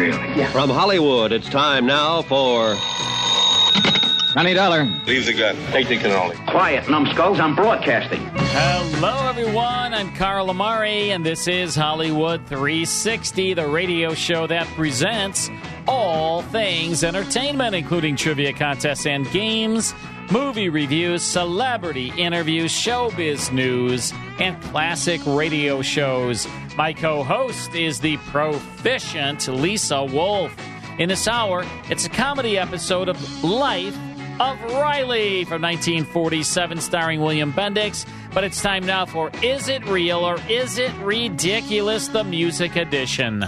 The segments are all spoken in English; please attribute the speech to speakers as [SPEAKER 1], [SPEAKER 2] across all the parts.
[SPEAKER 1] Really?
[SPEAKER 2] Yeah.
[SPEAKER 3] From Hollywood, it's time now for. Honey Dollar.
[SPEAKER 4] Leave the gun. Take the cannoli.
[SPEAKER 5] Quiet, numbskulls. I'm broadcasting.
[SPEAKER 6] Hello, everyone. I'm Carl Amari, and this is Hollywood 360, the radio show that presents all things entertainment, including trivia contests and games, movie reviews, celebrity interviews, showbiz news, and classic radio shows. My co host is the proficient Lisa Wolf. In this hour, it's a comedy episode of Life of Riley from 1947, starring William Bendix. But it's time now for Is It Real or Is It Ridiculous? The Music Edition.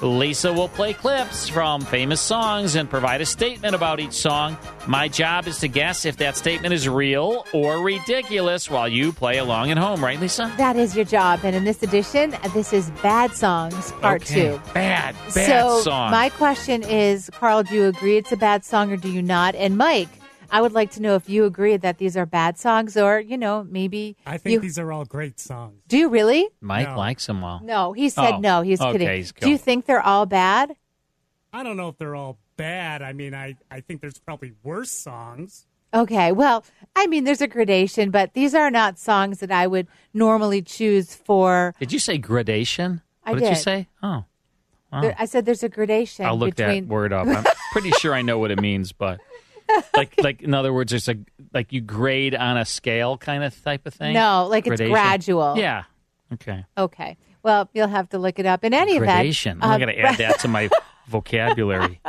[SPEAKER 6] Lisa will play clips from famous songs and provide a statement about each song. My job is to guess if that statement is real or ridiculous while you play along at home, right, Lisa?
[SPEAKER 7] That is your job. And in this edition, this is Bad Songs Part
[SPEAKER 6] Okay.
[SPEAKER 7] 2.
[SPEAKER 6] Bad, bad
[SPEAKER 7] so,
[SPEAKER 6] song.
[SPEAKER 7] my question is Carl, do you agree it's a bad song or do you not? And, Mike, I would like to know if you agree that these are bad songs or, you know, maybe.
[SPEAKER 8] I think
[SPEAKER 7] you,
[SPEAKER 8] these are all great songs.
[SPEAKER 7] Do you really?
[SPEAKER 6] Mike
[SPEAKER 8] No.
[SPEAKER 6] likes them all.
[SPEAKER 7] No, he said
[SPEAKER 6] Oh,
[SPEAKER 7] no. He's
[SPEAKER 6] okay,
[SPEAKER 7] kidding.
[SPEAKER 6] he's
[SPEAKER 7] do you
[SPEAKER 6] cool.
[SPEAKER 7] think they're all bad?
[SPEAKER 8] I don't know if they're all bad. I mean, I, I think there's probably worse songs.
[SPEAKER 7] Okay, well, I mean, there's a gradation, but these are not songs that I would normally choose for.
[SPEAKER 6] Did you say gradation?
[SPEAKER 7] I
[SPEAKER 6] what did you
[SPEAKER 7] did.
[SPEAKER 6] say? Oh.
[SPEAKER 7] there- I said there's a gradation
[SPEAKER 6] I'll look
[SPEAKER 7] between.
[SPEAKER 6] that word up. I'm pretty sure I know what it means, but like like in other words, there's a like you grade on a scale kind of type of thing.
[SPEAKER 7] No, like it's
[SPEAKER 6] Gradation.
[SPEAKER 7] gradual.
[SPEAKER 6] Yeah. Okay.
[SPEAKER 7] Okay. Well, you'll have to look it up. In any
[SPEAKER 6] Gradation.
[SPEAKER 7] event, uh,
[SPEAKER 6] I'm gonna add that to my vocabulary.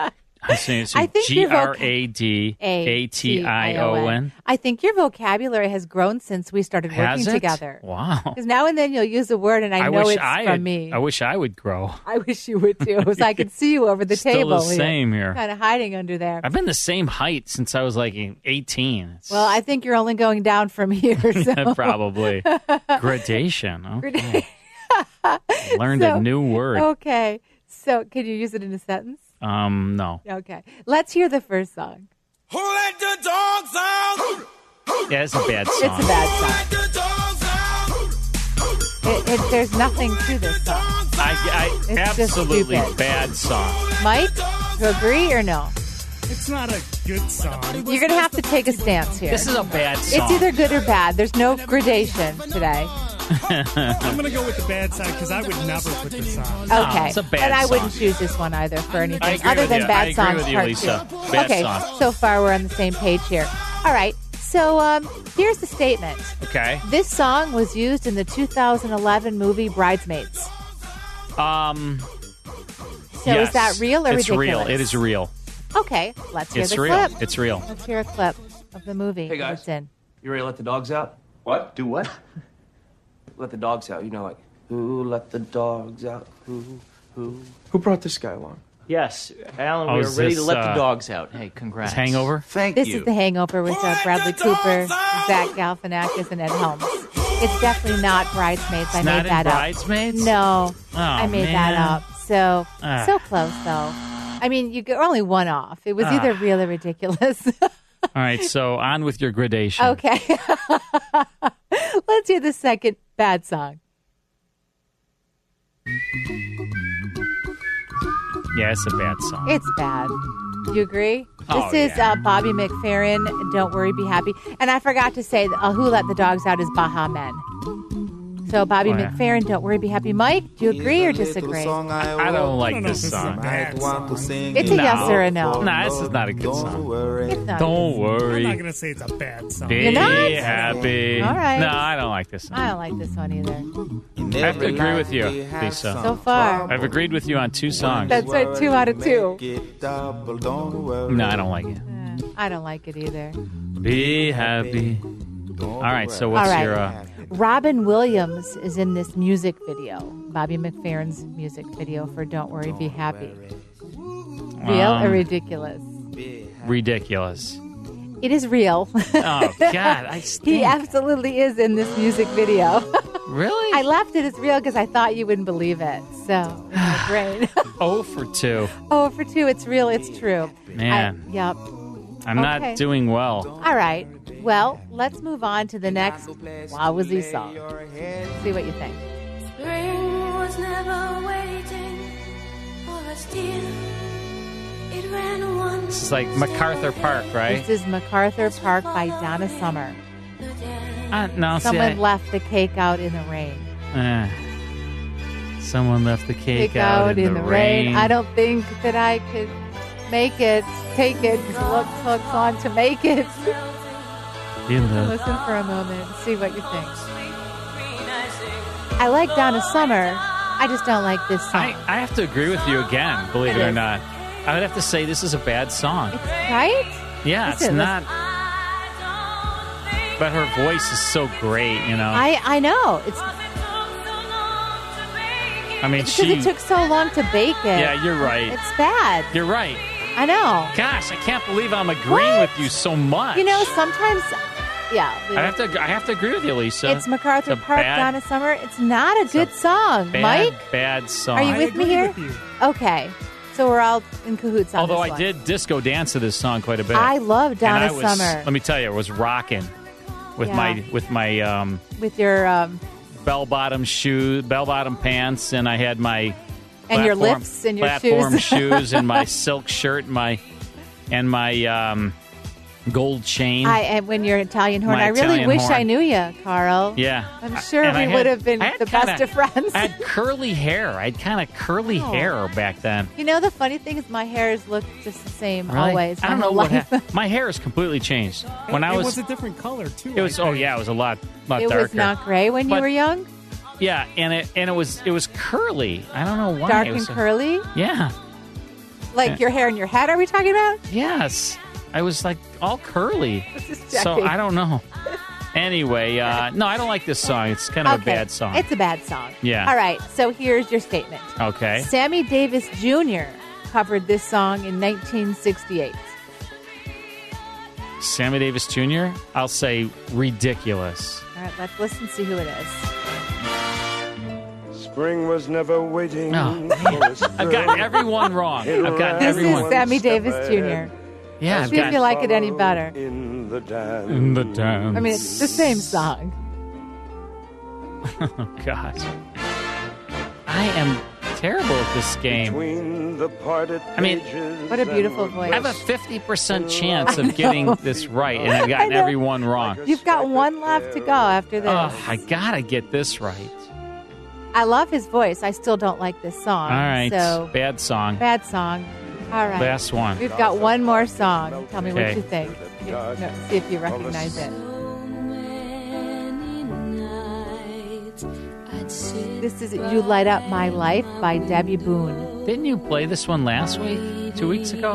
[SPEAKER 6] I'm saying
[SPEAKER 7] I think
[SPEAKER 6] G
[SPEAKER 7] your voc-
[SPEAKER 6] R A D A T I O N.
[SPEAKER 7] I think your vocabulary has grown since we started working
[SPEAKER 6] Has it?
[SPEAKER 7] together.
[SPEAKER 6] Wow.
[SPEAKER 7] Because now and then you'll use a word, and I, know
[SPEAKER 6] wish
[SPEAKER 7] it's
[SPEAKER 6] I
[SPEAKER 7] from
[SPEAKER 6] had-
[SPEAKER 7] me.
[SPEAKER 6] I wish I would grow.
[SPEAKER 7] I wish you would too, so I could see you over the
[SPEAKER 6] Still
[SPEAKER 7] table.
[SPEAKER 6] the same here.
[SPEAKER 7] Kind of hiding under there.
[SPEAKER 6] I've been the same height since I was like 18. It's-
[SPEAKER 7] well, I think you're only going down from here. So.
[SPEAKER 6] probably gradation. Okay. Learned
[SPEAKER 7] So-
[SPEAKER 6] a new word.
[SPEAKER 7] okay. So, can you use it in a sentence?
[SPEAKER 6] Um, no.
[SPEAKER 7] Okay. Let's hear the first song.
[SPEAKER 4] Who let the dogs out?
[SPEAKER 6] Yeah, it's a bad song.
[SPEAKER 7] It's a bad song.
[SPEAKER 4] the dogs out?
[SPEAKER 7] It, it, there's nothing to this song.
[SPEAKER 6] I, I
[SPEAKER 7] It's just
[SPEAKER 6] absolutely
[SPEAKER 7] stupid.
[SPEAKER 6] bad song.
[SPEAKER 7] Mike, you agree or no?
[SPEAKER 8] It's not a good song.
[SPEAKER 7] You're going to have to take a stance here.
[SPEAKER 6] This is a bad song.
[SPEAKER 7] It's either good or bad. There's no gradation today.
[SPEAKER 8] I'm going to go with the bad side because I would never put this on.
[SPEAKER 7] Okay.
[SPEAKER 6] it's a bad
[SPEAKER 7] and I wouldn't
[SPEAKER 6] song.
[SPEAKER 7] choose this one either for anything
[SPEAKER 6] I agree
[SPEAKER 7] other
[SPEAKER 6] with
[SPEAKER 7] than
[SPEAKER 6] you.
[SPEAKER 7] bad
[SPEAKER 6] I agree
[SPEAKER 7] songs
[SPEAKER 6] with you,
[SPEAKER 7] part
[SPEAKER 6] Lisa.
[SPEAKER 7] two.
[SPEAKER 6] Bad
[SPEAKER 7] okay,
[SPEAKER 6] song.
[SPEAKER 7] so far we're on the same page here. All right. So um, here's the statement.
[SPEAKER 6] okay.
[SPEAKER 7] This song was used in the 2011 movie Bridesmaids.
[SPEAKER 6] Um,
[SPEAKER 7] So
[SPEAKER 6] yes.
[SPEAKER 7] is that real or
[SPEAKER 6] it's
[SPEAKER 7] ridiculous?
[SPEAKER 6] real. It is real.
[SPEAKER 7] Okay, let's hear
[SPEAKER 6] It's
[SPEAKER 7] the
[SPEAKER 6] real.
[SPEAKER 7] clip.
[SPEAKER 6] It's real.
[SPEAKER 7] Let's hear a clip of the movie. Hey
[SPEAKER 9] guys.
[SPEAKER 7] It's in.
[SPEAKER 9] You ready to let the dogs out?
[SPEAKER 1] What?
[SPEAKER 9] Do what? let the dogs out. You know, like, who let the dogs out? Who, who? Who brought this guy along?
[SPEAKER 1] Yes, Alan,
[SPEAKER 6] Oh,
[SPEAKER 1] we
[SPEAKER 6] is
[SPEAKER 1] are ready
[SPEAKER 6] this,
[SPEAKER 1] to let
[SPEAKER 6] uh,
[SPEAKER 1] the dogs out. Hey, congrats.
[SPEAKER 6] Hangover.
[SPEAKER 1] Thank
[SPEAKER 7] This
[SPEAKER 1] you.
[SPEAKER 7] is The Hangover with uh, Bradley Cooper, Zach Galifianakis, and Ed Helms. It's definitely not Bridesmaids. I
[SPEAKER 6] It's
[SPEAKER 7] made
[SPEAKER 6] not in
[SPEAKER 7] that up.
[SPEAKER 6] Bridesmaids?
[SPEAKER 7] No,
[SPEAKER 6] Oh,
[SPEAKER 7] I made that
[SPEAKER 6] man.
[SPEAKER 7] up. So
[SPEAKER 6] Ah.
[SPEAKER 7] so close though. I mean, you are only one off. It
[SPEAKER 6] Ah.
[SPEAKER 7] was either real or ridiculous.
[SPEAKER 6] All right. So on with your gradation.
[SPEAKER 7] okay, let's hear the second bad song.
[SPEAKER 6] Yeah, it's a bad song.
[SPEAKER 7] It's bad. You agree?
[SPEAKER 6] Oh,
[SPEAKER 7] this is
[SPEAKER 6] yeah.
[SPEAKER 7] uh, Bobby McFerrin. Don't worry, be happy. And I forgot to say, that, uh, who let the dogs out is Baha Men. So, Bobby
[SPEAKER 6] Oh, yeah.
[SPEAKER 7] McFerrin, don't worry, be happy. Mike, do you agree or disagree?
[SPEAKER 6] I, I don't like this song.
[SPEAKER 7] It's a yes or a no.
[SPEAKER 6] Nah, this is not a good song.
[SPEAKER 7] It's not.
[SPEAKER 6] Don't
[SPEAKER 8] I'm not
[SPEAKER 6] worry.
[SPEAKER 8] gonna say it's a bad song.
[SPEAKER 6] Be
[SPEAKER 7] You're not?
[SPEAKER 6] happy.
[SPEAKER 7] All right.
[SPEAKER 6] No, I don't like this song.
[SPEAKER 7] I don't like this one either.
[SPEAKER 6] I have to agree with you, Lisa.
[SPEAKER 7] So far.
[SPEAKER 6] I've agreed with you on two songs.
[SPEAKER 7] That's a two out of two.
[SPEAKER 6] No, I don't like it.
[SPEAKER 7] I don't like it either.
[SPEAKER 6] Be happy. All right, so
[SPEAKER 7] All
[SPEAKER 6] what's
[SPEAKER 7] right.
[SPEAKER 6] your. Uh,
[SPEAKER 7] Robin Williams is in this music video, Bobby McFerrin's music video for Don't Worry, Be Happy. Real
[SPEAKER 6] Um,
[SPEAKER 7] or ridiculous?
[SPEAKER 6] ridiculous.
[SPEAKER 7] It is real.
[SPEAKER 6] Oh, God, I
[SPEAKER 7] he absolutely is in this music video.
[SPEAKER 6] Really?
[SPEAKER 7] I laughed at it's real because I thought you wouldn't believe it. So, in my brain.
[SPEAKER 6] Oh, for two.
[SPEAKER 7] oh, for two, it's real, it's true.
[SPEAKER 6] Man,
[SPEAKER 7] Yep.
[SPEAKER 6] I, am
[SPEAKER 7] okay.
[SPEAKER 6] not doing well.
[SPEAKER 7] All right. Well, let's move on to the next Wowazee song. See what you think.
[SPEAKER 10] Spring was never waiting for us, dear. It ran once.
[SPEAKER 6] This is like MacArthur Park, right?
[SPEAKER 7] This is MacArthur Park by Donna Summer.
[SPEAKER 6] Uh, no, see,
[SPEAKER 7] Someone
[SPEAKER 6] I-
[SPEAKER 7] left the cake out in the rain.
[SPEAKER 6] Uh, Eh. someone left the cake, out, in, the, rain.
[SPEAKER 7] I don't think that I could make it. Take it. Look, hooks on to make it.
[SPEAKER 6] In the
[SPEAKER 7] Listen for a moment. See what you think. I like Donna Summer. I just don't like this song.
[SPEAKER 6] I have to agree with you again, believe it,
[SPEAKER 7] It
[SPEAKER 6] or
[SPEAKER 7] is.
[SPEAKER 6] not. I would have to say this is a bad song.
[SPEAKER 7] right?
[SPEAKER 6] yeah,
[SPEAKER 7] Listen,
[SPEAKER 6] it's
[SPEAKER 7] listen.
[SPEAKER 6] not. uh, But her voice is so great, you know. I,
[SPEAKER 7] I I know. It's
[SPEAKER 6] mean,
[SPEAKER 7] because
[SPEAKER 6] she.
[SPEAKER 7] it took so long to bake it.
[SPEAKER 6] yeah, you're right.
[SPEAKER 7] It's bad.
[SPEAKER 6] You're right.
[SPEAKER 7] I know.
[SPEAKER 6] Gosh, I can't believe I'm agreeing with you so much.
[SPEAKER 7] You know, sometimes, yeah. we-
[SPEAKER 6] I have to. I have to agree with you, Lisa.
[SPEAKER 7] it's MacArthur
[SPEAKER 6] It's a
[SPEAKER 7] Park,
[SPEAKER 6] bad,
[SPEAKER 7] Donna Summer. It's not a good song,
[SPEAKER 6] bad,
[SPEAKER 7] Mike.
[SPEAKER 6] Bad song.
[SPEAKER 7] Are you with me here? Okay, so we're all in cahoots on
[SPEAKER 6] Although
[SPEAKER 7] this
[SPEAKER 6] I
[SPEAKER 7] one.
[SPEAKER 6] did disco dance to this song quite a bit.
[SPEAKER 7] I love
[SPEAKER 6] And
[SPEAKER 7] Donna
[SPEAKER 6] I was-
[SPEAKER 7] Summer.
[SPEAKER 6] Let me tell you, I was rocking with
[SPEAKER 7] Yeah.
[SPEAKER 6] my with my um,
[SPEAKER 7] with your um,
[SPEAKER 6] bell bottom shoes, bell bottom pants, and I had my
[SPEAKER 7] And your
[SPEAKER 6] platform-
[SPEAKER 7] lifts and your
[SPEAKER 6] platform
[SPEAKER 7] shoes.
[SPEAKER 6] shoes and my silk shirt, and my and my um, gold chain.
[SPEAKER 7] I and when you're Italian horn.
[SPEAKER 6] My
[SPEAKER 7] I really
[SPEAKER 6] Italian
[SPEAKER 7] wish
[SPEAKER 6] horn.
[SPEAKER 7] I knew you, Carl.
[SPEAKER 6] yeah,
[SPEAKER 7] I'm
[SPEAKER 6] I-
[SPEAKER 7] sure
[SPEAKER 6] and
[SPEAKER 7] we
[SPEAKER 6] I had-
[SPEAKER 7] would have been
[SPEAKER 6] I had
[SPEAKER 7] the
[SPEAKER 6] kinda-
[SPEAKER 7] best of friends.
[SPEAKER 6] I had curly hair. I had kind of curly
[SPEAKER 7] Oh.
[SPEAKER 6] hair back then.
[SPEAKER 7] you know, the funny thing is, my hairs look just the same
[SPEAKER 6] Really?
[SPEAKER 7] always.
[SPEAKER 6] I don't
[SPEAKER 7] my
[SPEAKER 6] know
[SPEAKER 7] whole
[SPEAKER 6] what
[SPEAKER 7] life.
[SPEAKER 6] hap- my hair has completely changed. When
[SPEAKER 8] it,
[SPEAKER 6] I
[SPEAKER 8] it
[SPEAKER 6] was,
[SPEAKER 8] a different color too.
[SPEAKER 6] it was oh yeah, it was a lot lot
[SPEAKER 7] It
[SPEAKER 6] darker.
[SPEAKER 7] was not gray when you
[SPEAKER 6] But-
[SPEAKER 7] were young,
[SPEAKER 6] Yeah, and it and it was it was curly. I don't know why.
[SPEAKER 7] dark
[SPEAKER 6] it
[SPEAKER 7] and
[SPEAKER 6] was a-
[SPEAKER 7] curly,
[SPEAKER 6] yeah.
[SPEAKER 7] like
[SPEAKER 6] Yeah.
[SPEAKER 7] your hair and your head. Are we talking about?
[SPEAKER 6] Yes. I was like all curly.
[SPEAKER 7] This is
[SPEAKER 6] So
[SPEAKER 7] Jackie.
[SPEAKER 6] I don't know. Anyway, uh, no, I don't like this song. It's kind of a
[SPEAKER 7] Okay.
[SPEAKER 6] bad song.
[SPEAKER 7] It's a bad song.
[SPEAKER 6] Yeah.
[SPEAKER 7] All right. So here's your statement.
[SPEAKER 6] okay.
[SPEAKER 7] Sammy Davis Jr. covered this song in 1968.
[SPEAKER 6] Sammy Davis Jr. I'll say ridiculous.
[SPEAKER 7] All right, let's listen see who it is.
[SPEAKER 11] Spring was never waiting.
[SPEAKER 6] Oh,
[SPEAKER 11] for us,
[SPEAKER 6] I've
[SPEAKER 11] girl.
[SPEAKER 6] gotten everyone wrong. I've gotten
[SPEAKER 11] This
[SPEAKER 7] This
[SPEAKER 6] everyone.
[SPEAKER 7] is Sammy
[SPEAKER 11] Step
[SPEAKER 7] Davis Jr.
[SPEAKER 6] Yeah, I've
[SPEAKER 7] See if
[SPEAKER 6] got-
[SPEAKER 7] you like it any better.
[SPEAKER 11] In the dance.
[SPEAKER 6] In the dance.
[SPEAKER 7] I mean, it's the same song.
[SPEAKER 6] oh gosh. I am terrible at this game.
[SPEAKER 11] Between the parted
[SPEAKER 6] I mean-
[SPEAKER 11] pages
[SPEAKER 7] What a
[SPEAKER 11] and
[SPEAKER 7] beautiful
[SPEAKER 11] we're
[SPEAKER 7] voice.
[SPEAKER 6] I have a fifty percent chance
[SPEAKER 7] I know.
[SPEAKER 6] of getting this right, and I've gotten
[SPEAKER 7] I know.
[SPEAKER 6] everyone wrong.
[SPEAKER 7] You've got one left to go after this.
[SPEAKER 6] Oh, I gotta get this right.
[SPEAKER 7] I love his voice. I still don't like this
[SPEAKER 6] All
[SPEAKER 7] song.
[SPEAKER 6] right,
[SPEAKER 7] Um, So,
[SPEAKER 6] bad song.
[SPEAKER 7] bad song. All right.
[SPEAKER 6] Last one.
[SPEAKER 7] We've got one more song. Tell me
[SPEAKER 6] Okay.
[SPEAKER 7] what you think. If- no, see if you recognize it. This is You Light Up My Life by Debbie Boone.
[SPEAKER 6] Didn't you play this one last week? Two weeks ago?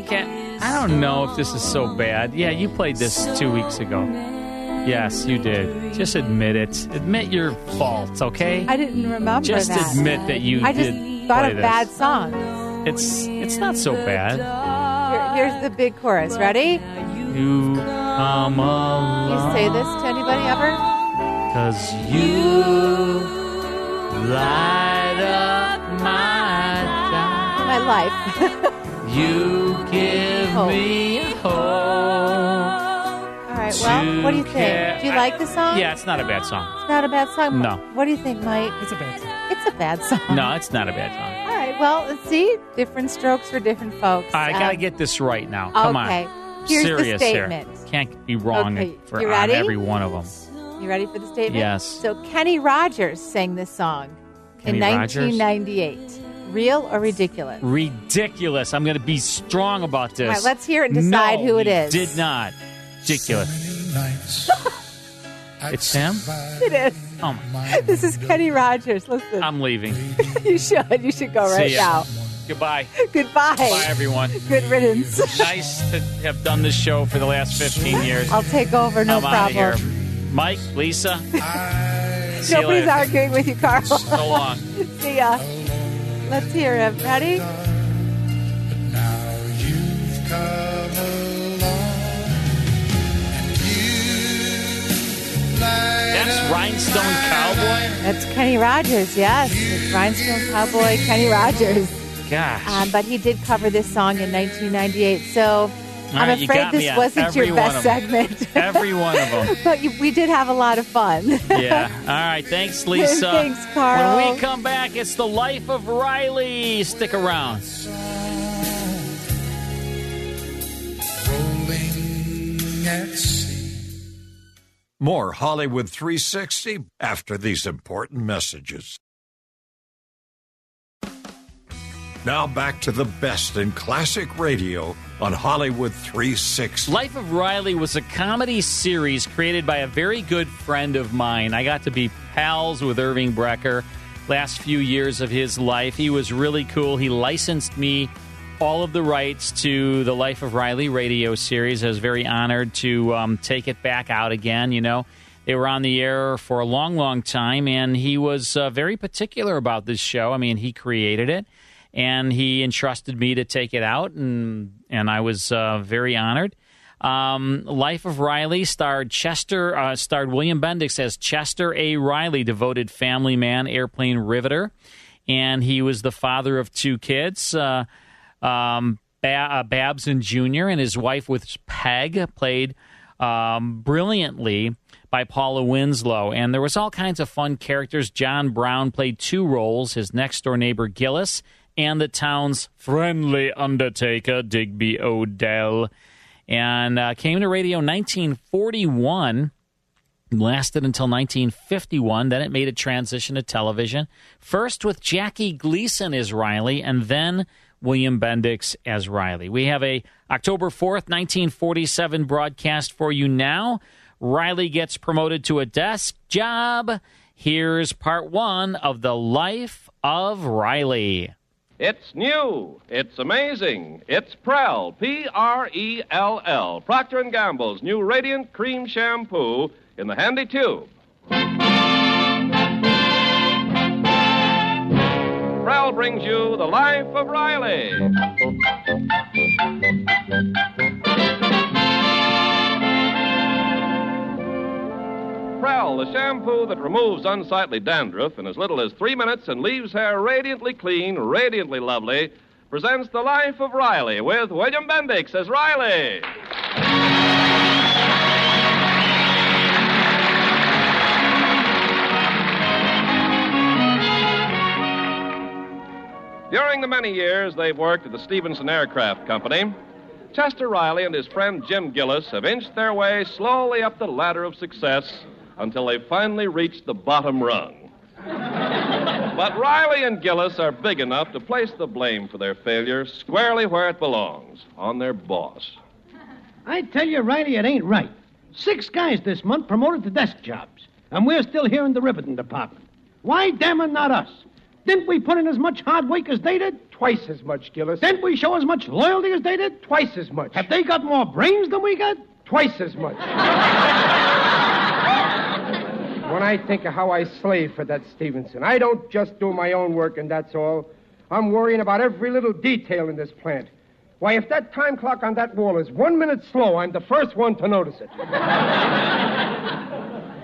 [SPEAKER 6] Okay. I don't know if this is so bad. Yeah, you played this two weeks ago. Yes, you did. Just admit it. Admit your faults, okay?
[SPEAKER 7] I didn't remember
[SPEAKER 6] Just
[SPEAKER 7] that.
[SPEAKER 6] admit that you
[SPEAKER 7] I just
[SPEAKER 6] did
[SPEAKER 7] thought
[SPEAKER 6] play
[SPEAKER 7] of
[SPEAKER 6] this.
[SPEAKER 7] bad songs.
[SPEAKER 6] It's it's not so bad.
[SPEAKER 7] Here- here's the big chorus. Ready?
[SPEAKER 6] You come
[SPEAKER 7] You
[SPEAKER 6] along
[SPEAKER 7] say this to anybody ever?
[SPEAKER 6] 'cause you light up my
[SPEAKER 7] My life.
[SPEAKER 6] life. You give
[SPEAKER 7] Hope.
[SPEAKER 6] me hope.
[SPEAKER 7] All right. Well, what do you think? Do you like the song?
[SPEAKER 6] Yeah, it's not a bad song.
[SPEAKER 7] It's not a bad song.
[SPEAKER 6] No.
[SPEAKER 7] What do you think, Mike? It's a bad song. It's a bad song.
[SPEAKER 6] No, it's not a bad song.
[SPEAKER 7] All right. Well, see, different strokes for different folks.
[SPEAKER 6] I
[SPEAKER 7] Um,
[SPEAKER 6] gotta get this right now. Come
[SPEAKER 7] okay.
[SPEAKER 6] on.
[SPEAKER 7] Here's the
[SPEAKER 6] serious
[SPEAKER 7] statement.
[SPEAKER 6] here. Can't be wrong
[SPEAKER 7] Okay,
[SPEAKER 6] for
[SPEAKER 7] you
[SPEAKER 6] on
[SPEAKER 7] ready?
[SPEAKER 6] every one of them.
[SPEAKER 7] You ready for the statement?
[SPEAKER 6] Yes.
[SPEAKER 7] So Kenny Rogers sang this song
[SPEAKER 6] Kenny
[SPEAKER 7] in
[SPEAKER 6] Rogers?
[SPEAKER 7] 1998. Real or ridiculous?
[SPEAKER 6] Ridiculous. I'm going to be strong about this.
[SPEAKER 7] All right, let's hear it and decide
[SPEAKER 6] No,
[SPEAKER 7] who it
[SPEAKER 6] he
[SPEAKER 7] is.
[SPEAKER 6] Did not. Ridiculous. It's him?
[SPEAKER 7] It is.
[SPEAKER 6] Oh
[SPEAKER 7] my. This is Kenny Rogers. Listen,
[SPEAKER 6] I'm leaving.
[SPEAKER 7] you should. You should go right
[SPEAKER 6] Um, See ya.
[SPEAKER 7] now.
[SPEAKER 6] Goodbye.
[SPEAKER 7] Goodbye.
[SPEAKER 6] Bye, everyone.
[SPEAKER 7] Good riddance.
[SPEAKER 6] nice to have done this show for the last 15 years.
[SPEAKER 7] I'll take over. No
[SPEAKER 6] I'm outta
[SPEAKER 7] problem.
[SPEAKER 6] here. Mike, Lisa, See you
[SPEAKER 7] Nobody's
[SPEAKER 6] later.
[SPEAKER 7] arguing with you, Carl.
[SPEAKER 6] so long.
[SPEAKER 7] See ya. Let's hear him. Ready?
[SPEAKER 6] That's Rhinestone Cowboy.
[SPEAKER 7] That's Kenny Rogers. Yes, it's Rhinestone Cowboy Kenny Rogers.
[SPEAKER 6] Gosh.
[SPEAKER 7] Um, but he did cover this song in 1998. So I'm
[SPEAKER 6] right, you
[SPEAKER 7] afraid
[SPEAKER 6] got me
[SPEAKER 7] this
[SPEAKER 6] on
[SPEAKER 7] wasn't
[SPEAKER 6] every
[SPEAKER 7] your
[SPEAKER 6] one
[SPEAKER 7] best
[SPEAKER 6] of 'em.
[SPEAKER 7] segment.
[SPEAKER 6] Every one of them.
[SPEAKER 7] but you, we did have a lot of fun.
[SPEAKER 6] yeah. All right. Thanks, Lisa.
[SPEAKER 7] Thanks, Carl.
[SPEAKER 6] When we come back, it's the life of Riley. Stick around.
[SPEAKER 12] More Hollywood 360 after these important messages. Now back to the best in classic radio on Hollywood 360.
[SPEAKER 6] Life of Riley was a comedy series created by a very good friend of mine. I got to be pals with Irving Brecker last few years of his life. He was really cool. He licensed me all of the rights to the Life of Riley radio series. I was very honored to um, take it back out again, you know. They were on the air for a long, long time, and he was uh, very particular about this show. I mean, he created it, and he entrusted me to take it out, and and I was uh, very honored. Um, Life of Riley starred Chester, uh, starred William Bendix as Chester A. Riley, devoted family man, airplane riveter, and he was the father of two kids. Uh, um, ba- uh, Babson Jr. and his wife with Peg played um, brilliantly by Paula Winslow, and there was all kinds of fun characters. John Brown played two roles: his next door neighbor Gillis and the town's friendly undertaker Digby Odell, and uh, came to radio 1941 lasted until 1951. Then it made a transition to television, first with Jackie Gleason as Riley, and then William Bendix as Riley. We have a October 4th, 1947 broadcast for you now. Riley gets promoted to a desk job. Here's part one of The Life of Riley.
[SPEAKER 13] It's new. It's amazing. It's Prell, P R E L L, Procter and Gamble's new Radiant Cream Shampoo in the handy tube. Prell brings you the life of Riley. Prell, the shampoo that removes unsightly dandruff in as little as three minutes and leaves hair radiantly clean, radiantly lovely, presents the life of Riley with William Bendix as Riley. During the many years they've worked at the Stevenson Aircraft Company, Chester Riley and his friend Jim Gillis have inched their way slowly up the ladder of success until they finally reached the bottom rung. but Riley and Gillis are big enough to place the blame for their failure squarely where it belongs on their boss.
[SPEAKER 14] I tell you, Riley, it ain't right. Six guys this month promoted to desk jobs, and we're still here in the riveting department. Why, damn it, not us? Didn't we put in as much hard work as they did? Twice as much, Gillis. Didn't we show as much loyalty as they did? Twice as much. Have they got more brains than we got? Twice as much.
[SPEAKER 15] When I think of how I slave for that Stevenson, I don't just do my own work and that's all. I'm worrying about every little detail in this plant. Why, if that time clock on that wall is one minute slow, I'm the first one to notice it.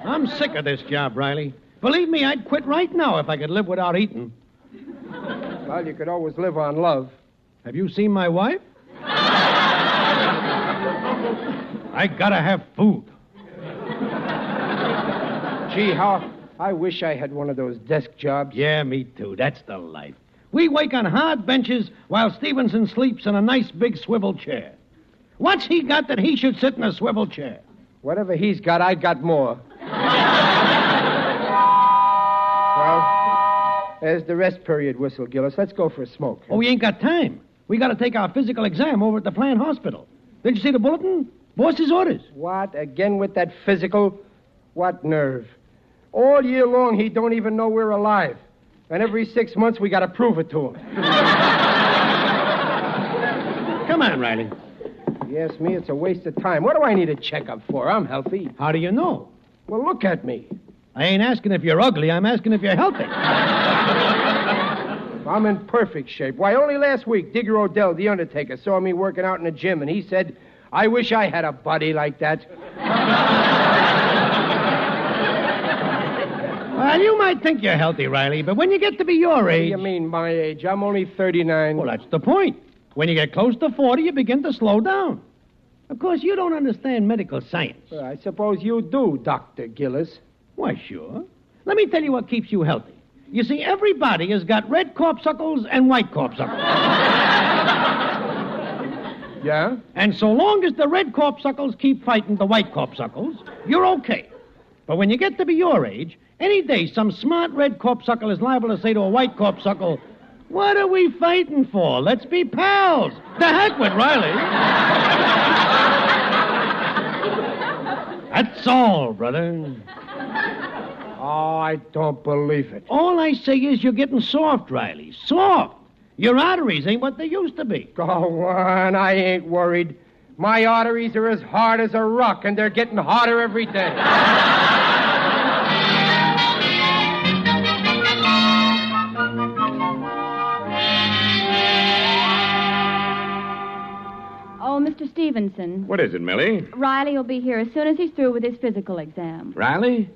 [SPEAKER 14] I'm sick of this job, Riley. Believe me, I'd quit right now if I could live without eating.
[SPEAKER 15] Well, you could always live on love.
[SPEAKER 14] Have you seen my wife? I gotta have food.
[SPEAKER 15] Gee, how I wish I had one of those desk jobs.
[SPEAKER 14] Yeah, me too. That's the life. We wake on hard benches while Stevenson sleeps in a nice big swivel chair. What's he got that he should sit in a swivel chair?
[SPEAKER 15] Whatever he's got, I got more. well, there's the rest period whistle, Gillis. Let's go for a smoke.
[SPEAKER 14] Oh, we ain't got time. We got to take our physical exam over at the plant hospital. Didn't you see the bulletin? Boss's orders.
[SPEAKER 15] What? Again with that physical? What nerve? All year long, he don't even know we're alive. And every six months, we got to prove it to him.
[SPEAKER 14] Come on, Riley.
[SPEAKER 15] You ask me, it's a waste of time. What do I need a checkup for? I'm healthy.
[SPEAKER 14] How do you know?
[SPEAKER 15] Well, look at me.
[SPEAKER 14] I ain't asking if you're ugly. I'm asking if you're healthy.
[SPEAKER 15] I'm in perfect shape. Why, only last week, Digger Odell, the undertaker, saw me working out in the gym, and he said, I wish I had a body like that.
[SPEAKER 14] Well, you might think you're healthy, Riley, but when you get to be your age.
[SPEAKER 15] What do you mean, my age? I'm only 39.
[SPEAKER 14] Well, that's the point. When you get close to 40, you begin to slow down. Of course, you don't understand medical science.
[SPEAKER 15] Well, I suppose you do, Dr. Gillis.
[SPEAKER 14] Why, sure. Let me tell you what keeps you healthy. You see, everybody has got red corpuscles and white corpuscles.
[SPEAKER 15] yeah?
[SPEAKER 14] And so long as the red corpuscles keep fighting the white corpuscles, you're okay. But when you get to be your age, any day some smart red corpuscle is liable to say to a white corpuscle, What are we fighting for? Let's be pals. The heck with Riley. That's all, brother.
[SPEAKER 15] Oh, I don't believe it.
[SPEAKER 14] All I say is you're getting soft, Riley. Soft. Your arteries ain't what they used to be.
[SPEAKER 15] Go on, I ain't worried. My arteries are as hard as a rock, and they're getting harder every day.
[SPEAKER 16] Oh, Mr. Stevenson.
[SPEAKER 17] What is it, Millie?
[SPEAKER 16] Riley will be here as soon as he's through with his physical exam.
[SPEAKER 17] Riley?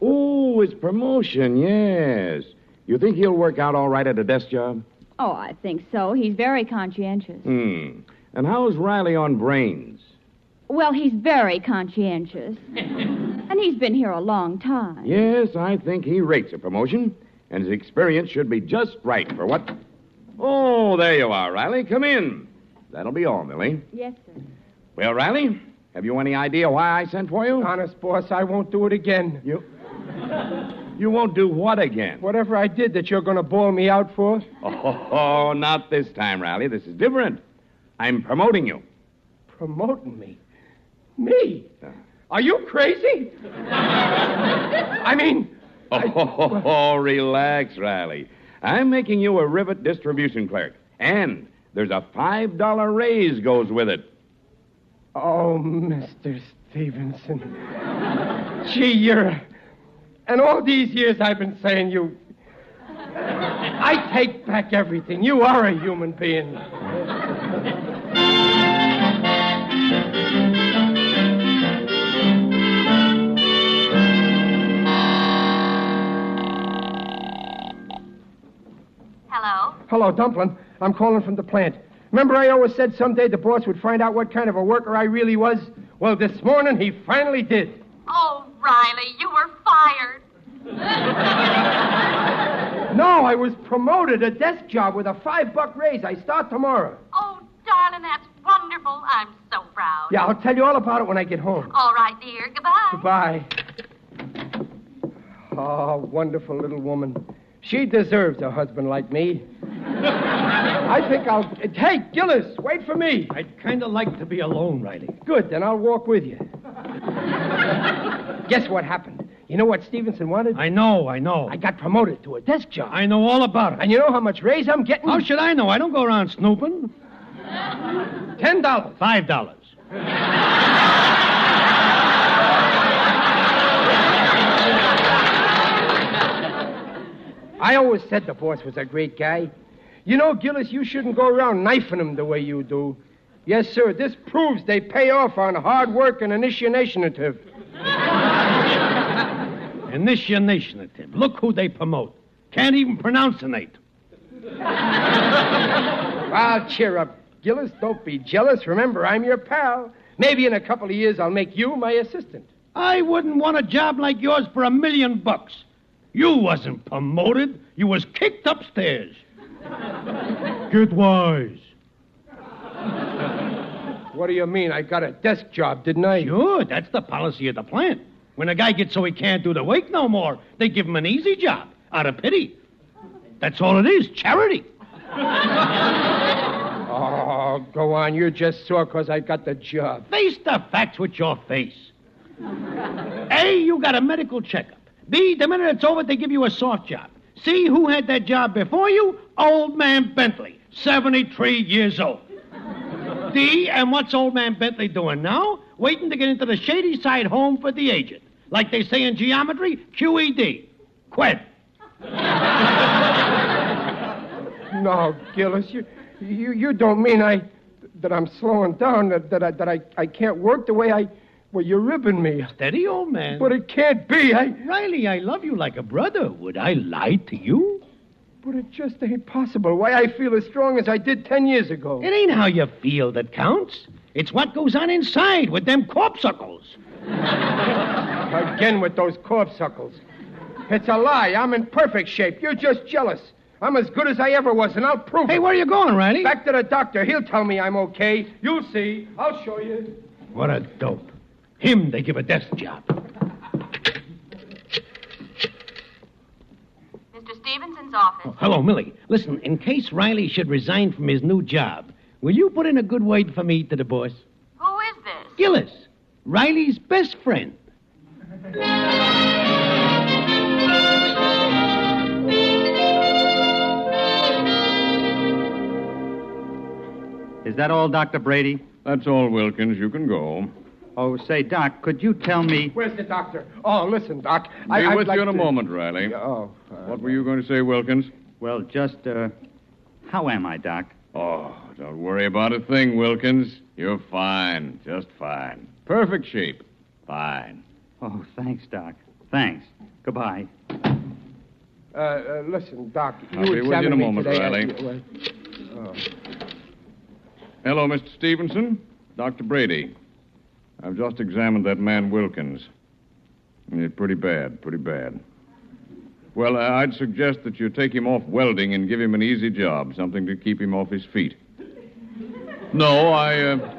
[SPEAKER 17] Oh, it's promotion, yes. You think he'll work out all right at a desk job?
[SPEAKER 16] Oh, I think so. He's very conscientious.
[SPEAKER 17] Hmm. And how's Riley on brains?
[SPEAKER 16] Well, he's very conscientious. and he's been here a long time.
[SPEAKER 17] Yes, I think he rates a promotion, and his experience should be just right for what. Oh, there you are, Riley. Come in. That'll be all, Millie.
[SPEAKER 16] Yes, sir.
[SPEAKER 17] Well, Riley, have you any idea why I sent for you?
[SPEAKER 15] Honest, boss, I won't do it again.
[SPEAKER 17] You. You won't do what again?
[SPEAKER 15] Whatever I did that you're going to bawl me out for.
[SPEAKER 17] Oh, oh, not this time, Riley. This is different. I'm promoting you.
[SPEAKER 15] Promoting me? Me?
[SPEAKER 17] Uh.
[SPEAKER 15] Are you crazy? I mean.
[SPEAKER 17] Oh, I... oh, relax, Riley. I'm making you a rivet distribution clerk. And there's a $5 raise goes with it.
[SPEAKER 15] Oh, Mr. Stevenson. Gee, you're. And all these years I've been saying you. I take back everything. You are a human being.
[SPEAKER 18] Hello?
[SPEAKER 15] Hello, Dumplin. I'm calling from the plant. Remember, I always said someday the boss would find out what kind of a worker I really was? Well, this morning he finally did.
[SPEAKER 18] Oh, Riley, you were fired.
[SPEAKER 15] No, I was promoted a desk job with a five buck raise. I start tomorrow.
[SPEAKER 18] Oh, darling, that's wonderful. I'm so proud.
[SPEAKER 15] Yeah, I'll tell you all about it when I get home.
[SPEAKER 18] All right, dear. Goodbye.
[SPEAKER 15] Goodbye. Oh, wonderful little woman. She deserves a husband like me. I think I'll. Hey, Gillis, wait for me.
[SPEAKER 14] I'd kind of like to be alone, Riley.
[SPEAKER 15] Good, then I'll walk with you. Guess what happened? You know what Stevenson wanted?
[SPEAKER 14] I know, I know.
[SPEAKER 15] I got promoted to a desk job.
[SPEAKER 14] I know all about it.
[SPEAKER 15] And you know how much raise I'm getting?
[SPEAKER 14] How should I know? I don't go around snooping.
[SPEAKER 15] Ten dollars.
[SPEAKER 14] Five dollars.
[SPEAKER 15] I always said the boss was a great guy. You know, Gillis, you shouldn't go around knifing them the way you do. Yes, sir, this proves they pay off on hard work and initiative.
[SPEAKER 14] Initiative. Look who they promote. Can't even pronounce the name.
[SPEAKER 15] Well, cheer up, Gillis. Don't be jealous. Remember, I'm your pal. Maybe in a couple of years I'll make you my assistant.
[SPEAKER 14] I wouldn't want a job like yours for a million bucks. You wasn't promoted. You was kicked upstairs. Get wise.
[SPEAKER 15] What do you mean? I got a desk job, didn't I?
[SPEAKER 14] Sure, that's the policy of the plant. When a guy gets so he can't do the work no more, they give him an easy job out of pity. That's all it is, charity.
[SPEAKER 15] Oh, go on. You're just sore 'cause I got the job.
[SPEAKER 14] Face the facts with your face. A, you got a medical checkup. B, the minute it's over, they give you a soft job. C, who had that job before you? Old man Bentley, 73 years old. D, and what's old man Bentley doing now? Waiting to get into the shady side home for the aged. Like they say in geometry, QED. Quit.
[SPEAKER 15] No, Gillis, you, you, you don't mean I that I'm slowing down, that, that, I, that I, I can't work the way I. Well, you're ribbing me.
[SPEAKER 14] Steady, old man.
[SPEAKER 15] But it can't be. I.
[SPEAKER 14] Riley, I love you like a brother. Would I lie to you?
[SPEAKER 15] But it just ain't possible. Why I feel as strong as I did ten years ago.
[SPEAKER 14] It ain't how you feel that counts. It's what goes on inside with them corpuscles.
[SPEAKER 15] Again with those corpuscles. It's a lie. I'm in perfect shape. You're just jealous. I'm as good as I ever was, and I'll prove it.
[SPEAKER 14] Hey, where are you going, Riley?
[SPEAKER 15] Back to the doctor. He'll tell me I'm okay. You'll see. I'll show you.
[SPEAKER 14] What a dope. Him they give a desk job.
[SPEAKER 18] Mr. Stevenson's office.
[SPEAKER 14] Hello, Millie. Listen, in case Riley should resign from his new job, will you put in a good word for me to the boss?
[SPEAKER 18] Who is this?
[SPEAKER 14] Gillis, Riley's best friend.
[SPEAKER 19] Is that all, Dr. Brady?
[SPEAKER 17] That's all, Wilkins. You can go.
[SPEAKER 19] Oh, say, Doc, could you tell me?
[SPEAKER 15] Where's the doctor? Oh, listen, Doc.
[SPEAKER 17] Be with you in a moment, Riley.
[SPEAKER 15] Oh.
[SPEAKER 17] what were you going to say, Wilkins?
[SPEAKER 19] Well, just, uh, how am I, Doc?
[SPEAKER 17] Oh, don't worry about a thing, Wilkins. You're fine, just fine. Perfect shape. Fine.
[SPEAKER 19] Oh, thanks, Doc. Thanks. Goodbye.
[SPEAKER 15] Uh, uh, listen, Doc. You
[SPEAKER 17] I'll be with you in a
[SPEAKER 15] examined me
[SPEAKER 17] moment,
[SPEAKER 15] today.
[SPEAKER 17] Riley.
[SPEAKER 15] I- well, oh.
[SPEAKER 17] Hello, Mr. Stevenson. Dr. Brady. I've just examined that man, Wilkins. Yeah, pretty bad, pretty bad. Well, I- I'd suggest that you take him off welding and give him an easy job, something to keep him off his feet. No, I. Uh...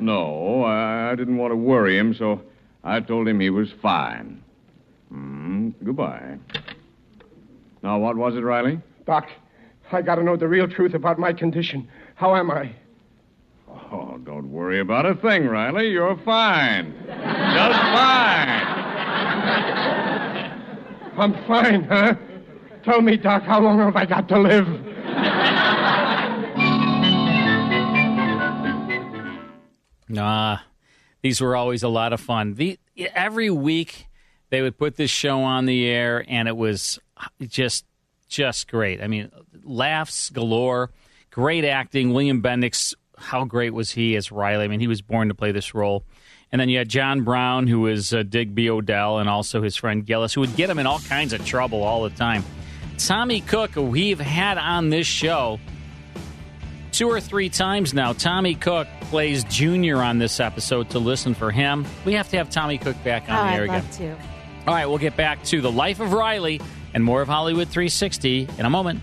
[SPEAKER 17] No, I I didn't want to worry him, so I told him he was fine. Mm, goodbye. Now, what was it, Riley?
[SPEAKER 15] Doc, I gotta know the real truth about my condition. How am I?
[SPEAKER 17] Oh, don't worry about a thing, Riley. You're fine. Just fine.
[SPEAKER 15] I'm fine, huh? Tell me, Doc, how long have I got to live?
[SPEAKER 6] Nah, these were always a lot of fun. The every week they would put this show on the air, and it was just just great. I mean, laughs galore, great acting. William Bendix, how great was he as Riley? I mean, he was born to play this role. And then you had John Brown, who was uh, Digby Odell, and also his friend Gillis, who would get him in all kinds of trouble all the time. Tommy Cook, who we've had on this show, two or three times now. Tommy Cook plays Junior on this episode to listen for him. We have to have Tommy Cook back
[SPEAKER 7] Oh,
[SPEAKER 6] on the
[SPEAKER 7] I'd
[SPEAKER 6] air again.
[SPEAKER 7] love to.
[SPEAKER 6] All right, we'll get back to the life of Riley and more of Hollywood 360 in a moment.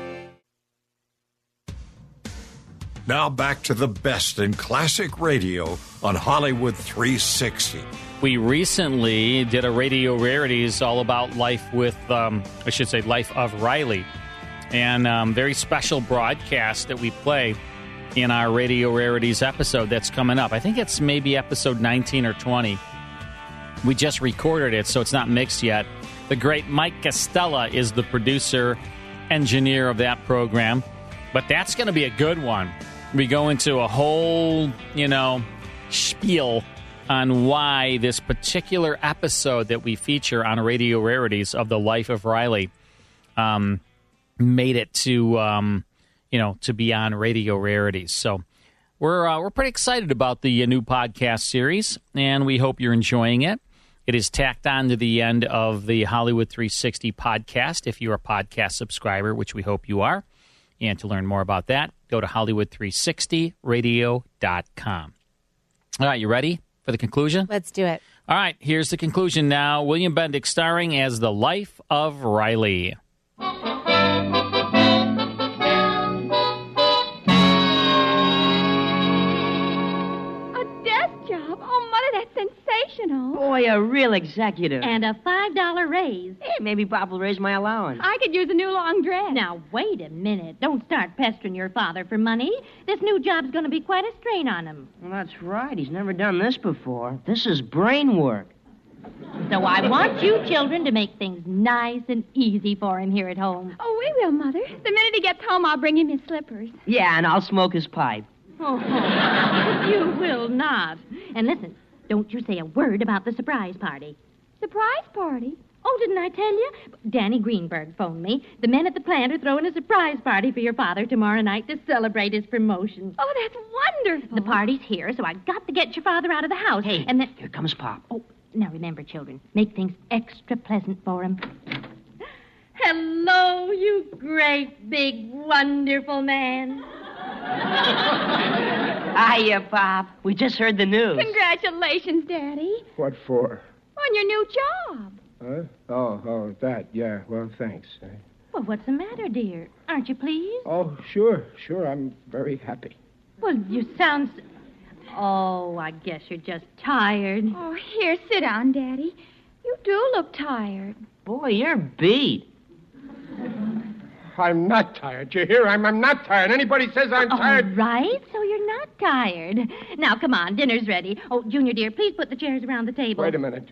[SPEAKER 12] Now back to the best in classic radio on Hollywood 360.
[SPEAKER 6] We recently did a radio rarities all about life with, um, I should say, life of Riley, and um, very special broadcast that we play in our radio rarities episode that's coming up. I think it's maybe episode 19 or 20. We just recorded it, so it's not mixed yet. The great Mike Castella is the producer, engineer of that program, but that's going to be a good one. We go into a whole, you know, spiel on why this particular episode that we feature on Radio Rarities of the Life of Riley um, made it to, um, you know, to be on Radio Rarities. So we're uh, we're pretty excited about the uh, new podcast series, and we hope you're enjoying it. It is tacked on to the end of the Hollywood 360 podcast. If you're a podcast subscriber, which we hope you are, and to learn more about that, go to Hollywood360radio.com. All right, you ready for the conclusion?
[SPEAKER 7] Let's do it.
[SPEAKER 6] All right, here's the conclusion now. William Bendick starring as the life of Riley.
[SPEAKER 16] A desk job? Oh, Mother, that's sensational.
[SPEAKER 20] Boy, a real executive.
[SPEAKER 18] And a $5 raise.
[SPEAKER 20] Hey, maybe Bob will raise my allowance.
[SPEAKER 16] I could use a new long dress.
[SPEAKER 18] Now, wait a minute. Don't start pestering your father for money. This new job's going to be quite a strain on him.
[SPEAKER 20] Well, that's right. He's never done this before. This is brain work.
[SPEAKER 18] So I want you children to make things nice and easy for him here at home.
[SPEAKER 16] Oh, we will, Mother. The minute he gets home, I'll bring him his slippers.
[SPEAKER 20] Yeah, and I'll smoke his pipe.
[SPEAKER 18] Oh, you will not. And listen, don't you say a word about the surprise party.
[SPEAKER 16] Surprise party?
[SPEAKER 18] Oh, didn't I tell you? Danny Greenberg phoned me. The men at the plant are throwing a surprise party for your father tomorrow night to celebrate his promotion.
[SPEAKER 16] Oh, that's wonderful.
[SPEAKER 18] The party's here, so I got to get your father out of the house.
[SPEAKER 20] Hey,
[SPEAKER 18] and then
[SPEAKER 20] here comes Pop.
[SPEAKER 18] Oh, now remember, children, make things extra pleasant for him.
[SPEAKER 16] Hello, you great, big, wonderful man. uh,
[SPEAKER 20] Hiya, Pop. We just heard the news.
[SPEAKER 16] Congratulations, Daddy,
[SPEAKER 15] What for?
[SPEAKER 16] on your new job.
[SPEAKER 15] Huh? Oh, oh, that, yeah. Well, thanks.
[SPEAKER 18] Well, what's the matter, dear? Aren't you pleased?
[SPEAKER 15] Oh, sure, sure. I'm very happy.
[SPEAKER 18] Well, you sound. s- Oh, I guess you're just tired.
[SPEAKER 16] Oh, here, sit down, Daddy. You do look tired.
[SPEAKER 20] Boy, you're beat.
[SPEAKER 15] I'm not tired. You hear? I'm, I'm not tired. Anybody says I'm tired.
[SPEAKER 18] All right, so you're not tired. Now, come on, dinner's ready. Oh, Junior, dear, please put the chairs around the table.
[SPEAKER 15] Wait a minute.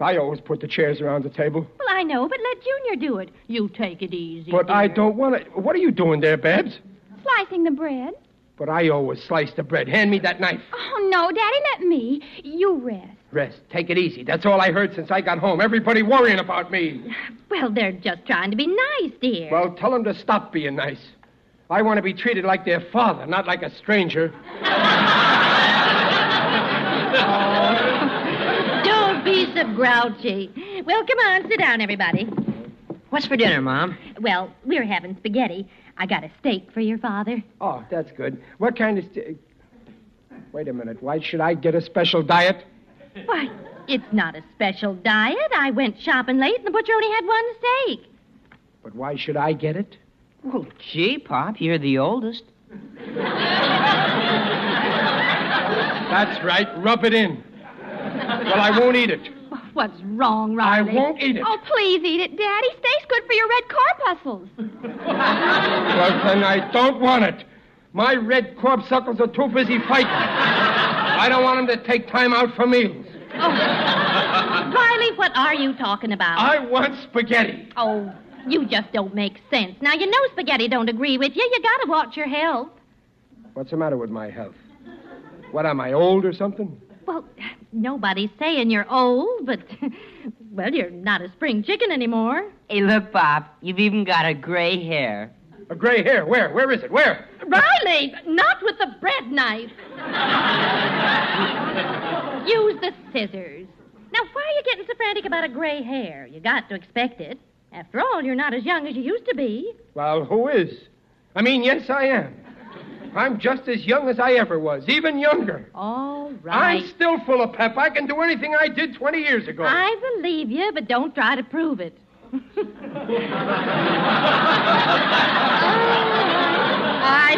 [SPEAKER 15] I always put the chairs around the table.
[SPEAKER 18] Well, I know, but let Junior do it. You take it easy.
[SPEAKER 15] But I
[SPEAKER 18] dear.
[SPEAKER 15] don't want to. What are you doing there, Babs?
[SPEAKER 16] Slicing the bread.
[SPEAKER 15] But I always slice the bread. Hand me that knife.
[SPEAKER 16] Oh, no, Daddy, let me. You rest.
[SPEAKER 15] Rest. Take it easy. That's all I heard since I got home. Everybody worrying about me.
[SPEAKER 18] Well, they're just trying to be nice, dear.
[SPEAKER 15] Well, tell them to stop being nice. I want to be treated like their father, not like a stranger.
[SPEAKER 18] Don't be so grouchy. Well, come on, sit down, everybody.
[SPEAKER 20] What's for dinner, Mom?
[SPEAKER 18] Well, we're having spaghetti. I got a steak for your father.
[SPEAKER 15] Oh, that's good. What kind of. St- Wait a minute. Why should I get a special diet?
[SPEAKER 18] Why, it's not a special diet. I went shopping late, and the butcher only had one steak.
[SPEAKER 15] But why should I get it?
[SPEAKER 20] Well, gee, Pop, you're the oldest.
[SPEAKER 15] That's right. Rub it in. Well, I won't eat it.
[SPEAKER 18] What's wrong, Riley?
[SPEAKER 15] I won't eat it.
[SPEAKER 16] Oh, please eat it, Daddy. Steak's good for your red corpuscles.
[SPEAKER 15] Well, then I don't want it. My red corpuscles are too busy fighting. I don't want them to take time out for meals.
[SPEAKER 18] Oh. Riley, what are you talking about?
[SPEAKER 15] I want spaghetti.
[SPEAKER 18] Oh, you just don't make sense. Now, you know spaghetti don't agree with you. You gotta watch your health.
[SPEAKER 15] What's the matter with my health? What, am I old or something?
[SPEAKER 18] Well, nobody's saying you're old, but, well, you're not a spring chicken anymore.
[SPEAKER 20] Hey, look, Pop, you've even got a gray hair.
[SPEAKER 15] A gray hair. Where? Where is it? Where?
[SPEAKER 18] Riley, not with the bread knife. Use the scissors. Now, why are you getting so frantic about a gray hair? You got to expect it. After all, you're not as young as you used to be.
[SPEAKER 15] Well, who is? I mean, yes, I am. I'm just as young as I ever was, even younger.
[SPEAKER 18] All right.
[SPEAKER 15] I'm still full of pep. I can do anything I did 20 years ago.
[SPEAKER 18] I believe you, but don't try to prove it. I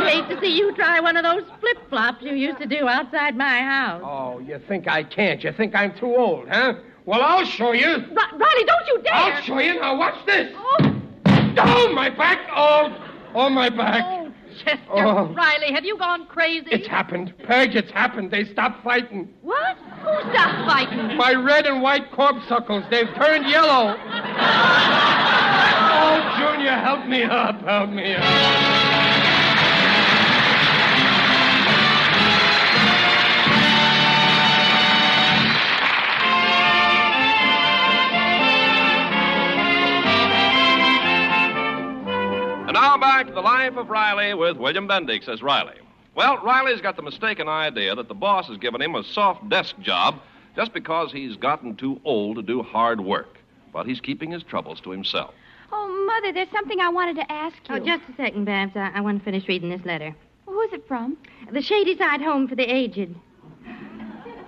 [SPEAKER 18] hate to see you try one of those flip flops you used to do outside my house.
[SPEAKER 15] Oh, you think I can't? You think I'm too old, huh? Well, I'll show you.
[SPEAKER 18] Ro- Ronnie, don't you dare!
[SPEAKER 15] I'll show you. Now, watch this. Oh, oh my back. Oh, oh, my back.
[SPEAKER 18] Oh, Chester
[SPEAKER 15] Oh.
[SPEAKER 18] Riley, have you gone crazy?
[SPEAKER 15] It's happened. Peg, it's happened. They stopped fighting.
[SPEAKER 18] What? Who stopped fighting?
[SPEAKER 15] My red and white corpuscles, they've turned yellow. Oh, Junior, help me up. Help me up.
[SPEAKER 13] And now back to the life of Riley with William Bendix as Riley. Well, Riley's got the mistaken idea that the boss has given him a soft desk job just because he's gotten too old to do hard work. But he's keeping his troubles to himself.
[SPEAKER 16] Oh, Mother, there's something I wanted to ask you.
[SPEAKER 18] Oh, just a second, Babs. I, I want to finish reading this letter.
[SPEAKER 16] Who's it from?
[SPEAKER 18] The Shady Side Home for the Aged.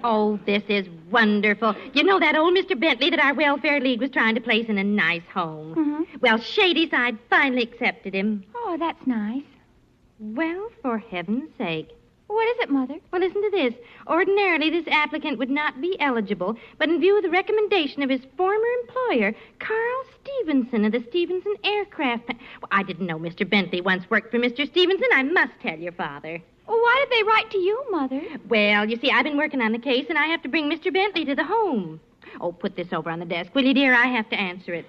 [SPEAKER 18] Oh, this is wonderful. You know that old Mr. Bentley that our Welfare League was trying to place in a nice home? Well, Shady Side finally accepted him.
[SPEAKER 16] Mm-hmm. Oh, that's nice.
[SPEAKER 18] Well, for heaven's sake.
[SPEAKER 16] What is it, Mother?
[SPEAKER 18] Well, listen to this. Ordinarily, this applicant would not be eligible, but in view of the recommendation of his former employer, Carl Stevenson of the Stevenson Aircraft. Pa- Well, I didn't know Mr. Bentley once worked for Mr. Stevenson. I must tell your father.
[SPEAKER 16] Well, why did they write to you, Mother?
[SPEAKER 18] Well, you see, I've been working on the case, and I have to bring Mr. Bentley to the home. Oh, put this over on the desk, will you, dear? I have to answer it.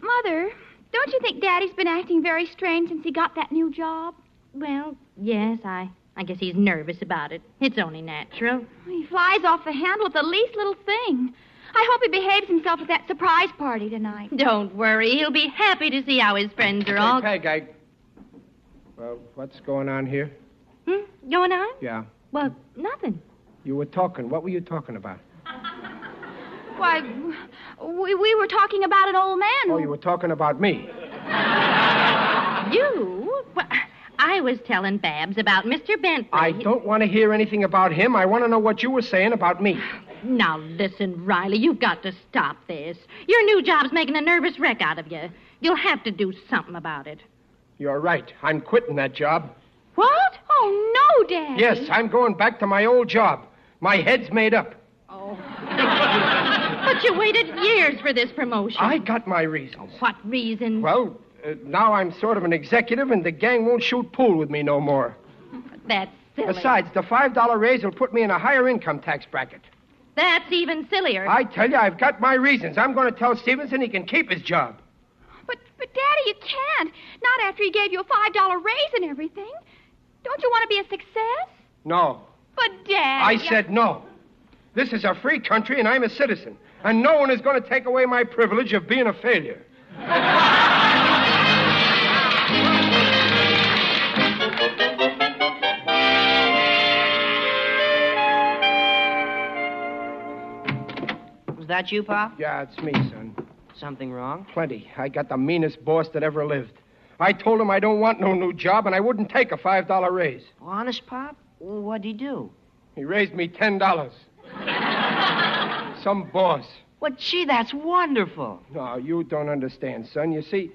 [SPEAKER 16] Mother, don't you think Daddy's been acting very strange since he got that new job?
[SPEAKER 18] Well, yes, I. I guess he's nervous about it. It's only natural.
[SPEAKER 16] He flies off the handle at the least little thing. I hope he behaves himself at that surprise party tonight.
[SPEAKER 18] Don't worry, he'll be happy to see how his friends are all
[SPEAKER 15] Hey, Peg, I. Well, what's going on here?
[SPEAKER 18] Hmm? going on.
[SPEAKER 15] Yeah.
[SPEAKER 18] Well, nothing.
[SPEAKER 15] You were talking. What were you talking about?
[SPEAKER 16] Why, we, we were talking about an old man.
[SPEAKER 15] Oh, you were talking about me.
[SPEAKER 18] You? Well, I was telling Babs about Mr. Bentley.
[SPEAKER 15] I don't want to hear anything about him. I want to know what you were saying about me.
[SPEAKER 18] Now listen, Riley, you've got to stop this. Your new job's making a nervous wreck out of you. You'll have to do something about it.
[SPEAKER 15] You're right. I'm quitting that job.
[SPEAKER 16] What? Oh, no, Daddy.
[SPEAKER 15] Yes, I'm going back to my old job. My head's made up.
[SPEAKER 18] But you waited years for this promotion.
[SPEAKER 15] I got my reasons.
[SPEAKER 18] What reason?
[SPEAKER 15] Well, uh, now I'm sort of an executive, and the gang won't shoot pool with me no more.
[SPEAKER 18] That's silly.
[SPEAKER 15] Besides, the $5 raise will put me in a higher income tax bracket.
[SPEAKER 18] That's even sillier.
[SPEAKER 15] I tell you, I've got my reasons. I'm going to tell Stevenson he can keep his job.
[SPEAKER 16] But, but, Daddy, you can't. Not after he gave you a $5 raise and everything. Don't you want to be a success?
[SPEAKER 15] No.
[SPEAKER 16] But,
[SPEAKER 15] I
[SPEAKER 16] Daddy.
[SPEAKER 15] said no. This is a free country, and I'm a citizen. And no one is going to take away my privilege of being a failure.
[SPEAKER 20] Was that you, Pop?
[SPEAKER 15] Yeah, it's me, son.
[SPEAKER 20] Something wrong?
[SPEAKER 15] Plenty. I got the meanest boss that ever lived. I told him I don't want no new job, and I wouldn't take a $5 raise.
[SPEAKER 20] Honest, Pop? What'd he do?
[SPEAKER 15] He raised me $10. Some boss.
[SPEAKER 20] Well, gee, that's wonderful.
[SPEAKER 15] No, you don't understand, son. You see,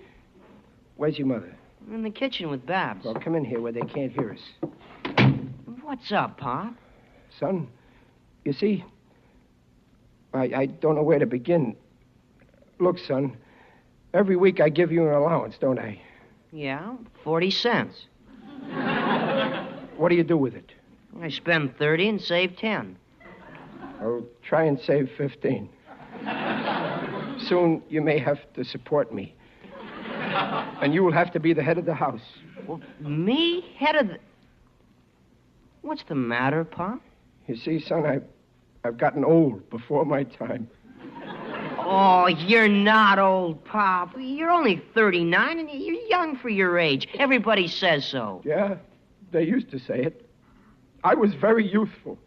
[SPEAKER 15] where's your mother?
[SPEAKER 20] I'm in the kitchen with Babs.
[SPEAKER 15] Well, come in here where they can't hear us.
[SPEAKER 20] What's up, Pop?
[SPEAKER 15] Son, you see, I, I don't know where to begin. Look, son, every week I give you an allowance, don't I?
[SPEAKER 20] Yeah, 40 cents.
[SPEAKER 15] What do you do with it?
[SPEAKER 20] I spend 30 and save 10.
[SPEAKER 15] I'll try and save 15. Soon you may have to support me. And you will have to be the head of the house.
[SPEAKER 20] Well, me? Head of the. What's the matter, Pop?
[SPEAKER 15] You see, son, I've, I've gotten old before my time.
[SPEAKER 20] Oh, you're not old, Pop. You're only 39 and you're young for your age. Everybody says so.
[SPEAKER 15] Yeah, they used to say it. I was very youthful.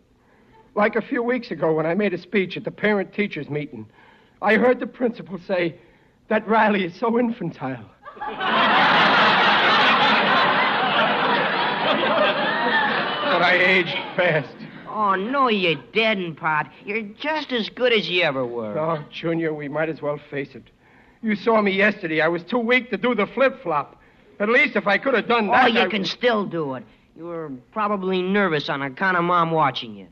[SPEAKER 15] Like a few weeks ago when I made a speech at the parent teachers meeting, I heard the principal say that Riley is so infantile. but I aged fast.
[SPEAKER 20] Oh, no, you didn't, Pop. You're just as good as you ever were.
[SPEAKER 15] Oh, Junior, we might as well face it. You saw me yesterday. I was too weak to do the flip flop. At least if I could have done
[SPEAKER 20] Oh,
[SPEAKER 15] that.
[SPEAKER 20] you
[SPEAKER 15] I-
[SPEAKER 20] can still do it. You were probably nervous on account of Mom watching you.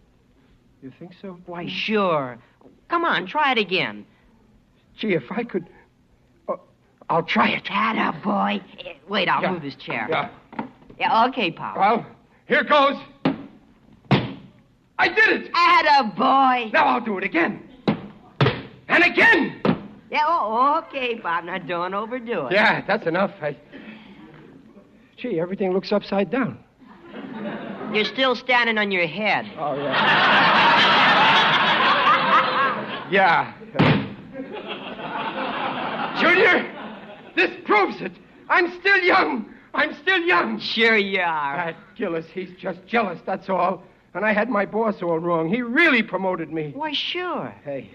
[SPEAKER 15] You think so?
[SPEAKER 20] Why, sure. Come on, try it again.
[SPEAKER 15] Gee, if I could. uh, I'll try it.
[SPEAKER 20] Atta boy. Wait, I'll move this chair.
[SPEAKER 15] Yeah.
[SPEAKER 20] Yeah, okay, Pop.
[SPEAKER 15] Well, here goes. I did it!
[SPEAKER 20] Atta boy.
[SPEAKER 15] Now I'll do it again. And again!
[SPEAKER 20] Yeah, oh, okay, Bob. Now don't overdo it.
[SPEAKER 15] Yeah, that's enough. I... Gee, everything looks upside down.
[SPEAKER 20] You're still standing on your head.
[SPEAKER 15] Oh, Yeah. Junior, this proves it. I'm still young. I'm still young.
[SPEAKER 20] Sure you are.
[SPEAKER 15] That Gillis, he's just jealous, that's all. And I had my boss all wrong. He really promoted me.
[SPEAKER 20] Why, sure.
[SPEAKER 15] Hey,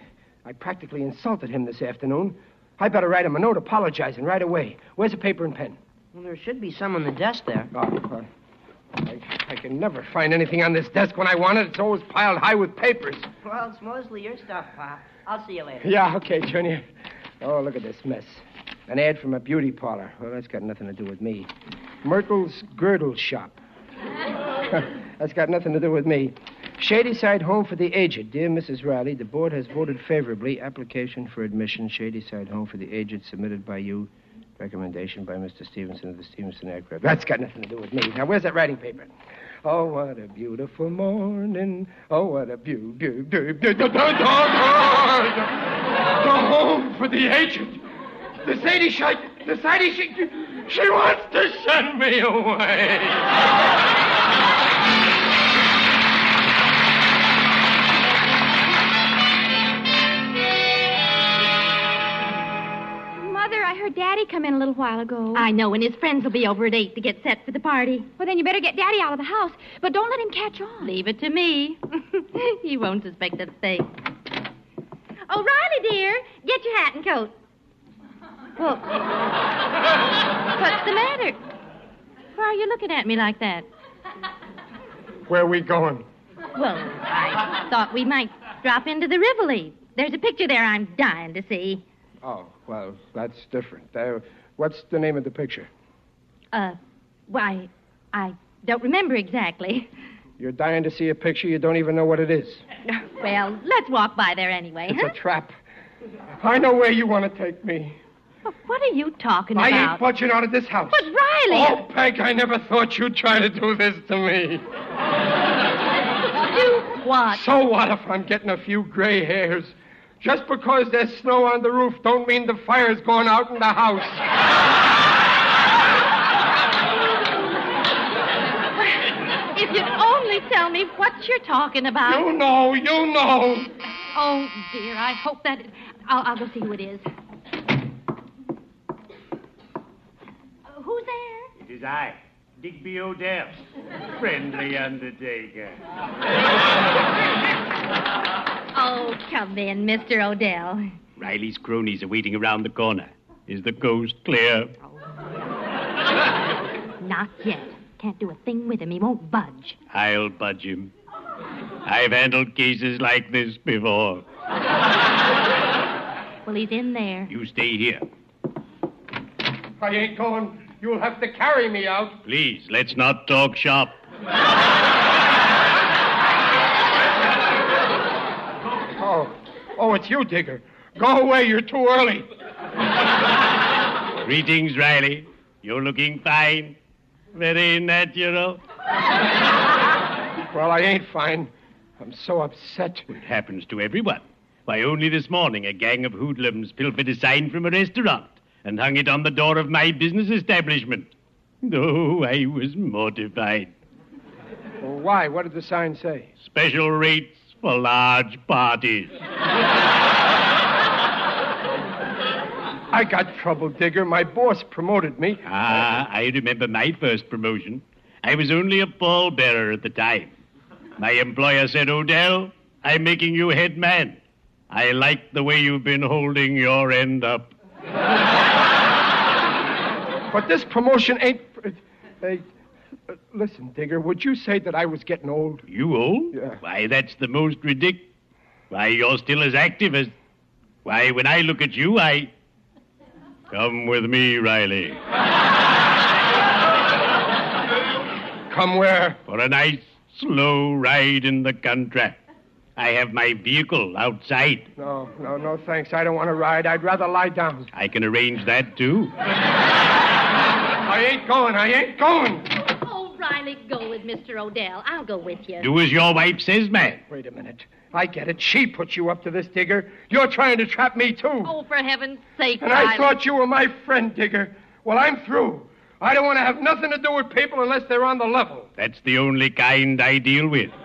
[SPEAKER 15] I practically insulted him this afternoon. I better write him a note apologizing right away. Where's the paper and pen?
[SPEAKER 20] Well, there should be some on the desk there.
[SPEAKER 15] Oh, uh, I, I can never find anything on this desk when I want it. It's always piled high with papers.
[SPEAKER 20] Well, it's mostly your stuff, Pop. I'll see you later.
[SPEAKER 15] Yeah, okay, Junior. Oh, look at this mess. An ad from a beauty parlor. Well, that's got nothing to do with me. Myrtle's Girdle Shop. that's got nothing to do with me. Shadyside Home for the Aged. Dear Mrs. Riley, the board has voted favorably. Application for admission, Shadyside Home for the Aged, submitted by you. Recommendation by Mr. Stevenson of the Stevenson Aircraft. That's got nothing to do with me. Now, where's that writing paper? Oh, what a beautiful morning. Oh, what a beautiful, beautiful, the home for the aged. The Sadie Shite, the Sadie she, she wants to send me away.
[SPEAKER 16] Mother, I heard Daddy come in a little while ago.
[SPEAKER 18] I know, and his friends will be over at 8 to get set for the party.
[SPEAKER 16] Well, then you better get Daddy out of the house, but don't let him catch on.
[SPEAKER 18] Leave it to me. he won't suspect a thing. Oh, Riley, dear, get your hat and coat. Well, what's the matter? Why are you looking at me like that?
[SPEAKER 15] Where are we going?
[SPEAKER 18] Well, I thought we might drop into the Rivoli. There's a picture there I'm dying to see.
[SPEAKER 15] Oh, well, that's different. Uh, what's the name of the picture?
[SPEAKER 18] Uh, why, I don't remember exactly.
[SPEAKER 15] You're dying to see a picture, you don't even know what it is.
[SPEAKER 18] Well, let's walk by there anyway,
[SPEAKER 15] It's
[SPEAKER 18] huh?
[SPEAKER 15] a trap. I know where you want to take me.
[SPEAKER 18] What are you talking
[SPEAKER 15] I
[SPEAKER 18] about?
[SPEAKER 15] ain't budging out of this house.
[SPEAKER 18] But Riley,
[SPEAKER 15] Oh, Peg, I never thought you'd try to do this to me.
[SPEAKER 18] do what?
[SPEAKER 15] So what if I'm getting a few gray hairs? Just because there's snow on the roof don't mean the fire's going out in the house.
[SPEAKER 18] If you'd only tell me what you're talking about.
[SPEAKER 15] You know, you know.
[SPEAKER 18] Oh, dear, I hope that. I'll, I'll go see who it is. Uh, Who's there?
[SPEAKER 21] It is I, Digby Odell, friendly undertaker.
[SPEAKER 18] Oh, come in, Mr. Odell.
[SPEAKER 21] Riley's cronies are waiting around the corner. Is the coast clear?
[SPEAKER 18] Not yet. Can't do a thing with him. He won't budge.
[SPEAKER 21] I'll budge him. I've handled cases like this before.
[SPEAKER 18] Well, he's in there.
[SPEAKER 21] You stay here.
[SPEAKER 15] I ain't going. You'll have to carry me out.
[SPEAKER 21] Please, let's not talk shop.
[SPEAKER 15] Oh, oh, it's you, Digger. Go away. You're too early.
[SPEAKER 21] Greetings, Riley. You're looking fine. Very natural.
[SPEAKER 15] Well, I ain't fine. I'm so upset.
[SPEAKER 21] It happens to everyone. Why, only this morning a gang of hoodlums pilfered a sign from a restaurant and hung it on the door of my business establishment. Oh, I was mortified.
[SPEAKER 15] Well, why? What did the sign say?
[SPEAKER 21] Special rates for large parties.
[SPEAKER 15] I got trouble, Digger. My boss promoted me.
[SPEAKER 21] Ah, I remember my first promotion. I was only a pallbearer at the time. My employer said, Odell, I'm making you head man. I like the way you've been holding your end up.
[SPEAKER 15] But this promotion ain't. Hey, uh, listen, Digger, would you say that I was getting old?
[SPEAKER 21] You old? Why, that's the most ridiculous. Why, you're still as active as. Why, when I look at you, I. Come with me, Riley. From where? For a nice, slow ride in the country. I have my vehicle outside.
[SPEAKER 15] No, no, no, thanks. I don't want to ride. I'd rather lie down.
[SPEAKER 21] I can arrange that, too.
[SPEAKER 15] I ain't going. I ain't going.
[SPEAKER 18] Oh, Riley, go with Mr. Odell. I'll go with you.
[SPEAKER 21] Do as your wife says, man.
[SPEAKER 15] Wait a minute. I get it. She put you up to this, Digger. You're trying to trap me, too.
[SPEAKER 18] Oh, for heaven's sake,
[SPEAKER 15] and
[SPEAKER 18] Riley.
[SPEAKER 15] I thought you were my friend, Digger. Well, I'm through. I don't want to have nothing to do with people unless they're on the level.
[SPEAKER 21] That's the only kind I deal with.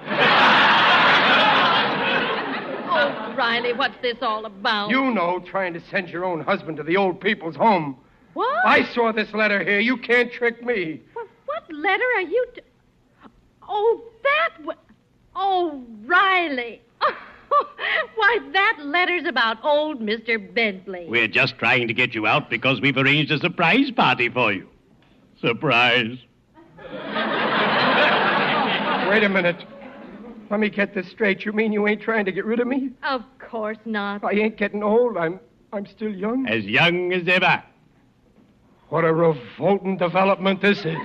[SPEAKER 18] Oh, Riley, what's this all about?
[SPEAKER 15] You know, trying to send your own husband to the old people's home.
[SPEAKER 18] What?
[SPEAKER 15] I saw this letter here. You can't trick me.
[SPEAKER 18] What letter are you? T- oh, that. W- oh, Riley. Why, that letter's about old Mr. Bentley.
[SPEAKER 21] We're just trying to get you out because we've arranged a surprise party for you. Surprise.
[SPEAKER 15] Wait a minute. Let me get this straight. You mean you ain't trying to get rid of me?
[SPEAKER 18] Of course not.
[SPEAKER 15] I ain't getting old. I'm I'm still young.
[SPEAKER 21] As young as ever.
[SPEAKER 15] What a revolting development this is.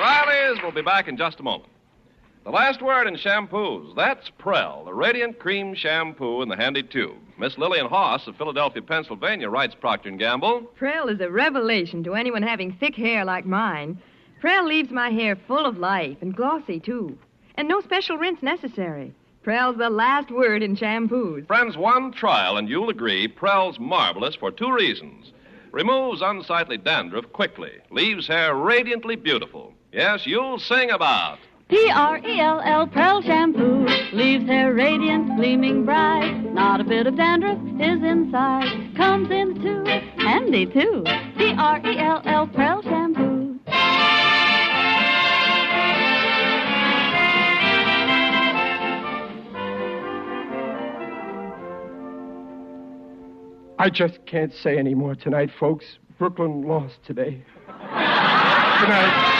[SPEAKER 13] Riley's will be back in just a moment. The last word in shampoos. That's Prel, the radiant cream shampoo in the handy tube. Miss Lillian Haas of Philadelphia, Pennsylvania writes Procter & Gamble.
[SPEAKER 2] Prel is a revelation to anyone having thick hair like mine. Prel leaves my hair full of life and glossy, too. And no special rinse necessary. Prel's the last word in shampoos.
[SPEAKER 13] Friends, one trial and you'll agree Prel's marvelous for two reasons. Removes unsightly dandruff quickly, leaves hair radiantly beautiful. Yes, you'll sing about
[SPEAKER 22] P R E L L Pearl Shampoo leaves hair radiant, gleaming bright. Not a bit of dandruff is inside. Comes in too handy too. P R E L L Pearl Shampoo.
[SPEAKER 15] I just can't say any more tonight, folks. Brooklyn lost today. Good night.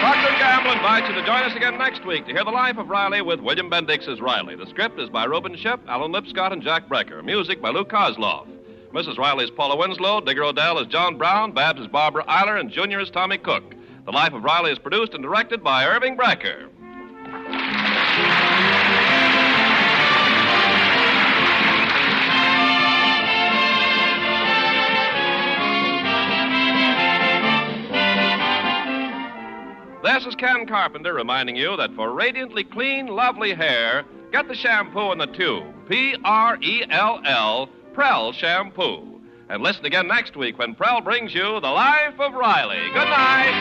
[SPEAKER 13] Procter & Gamble invites you to join us again next week to hear the life of Riley with William Bendix as Riley. The script is by Reuben Shep, Alan Lipscott, and Jack Brecker. Music by Lou Kozloff. Mrs. Riley is Paula Winslow, Digger Odell is John Brown, Babs is Barbara Eiler, and Junior is Tommy Cook. The Life of Riley is produced and directed by Irving Brecker. This is Ken Carpenter reminding you that for radiantly clean, lovely hair, get the shampoo in the tube. P R E L L, Prel Shampoo. And listen again next week when Prel brings you The Life of Riley. Good night.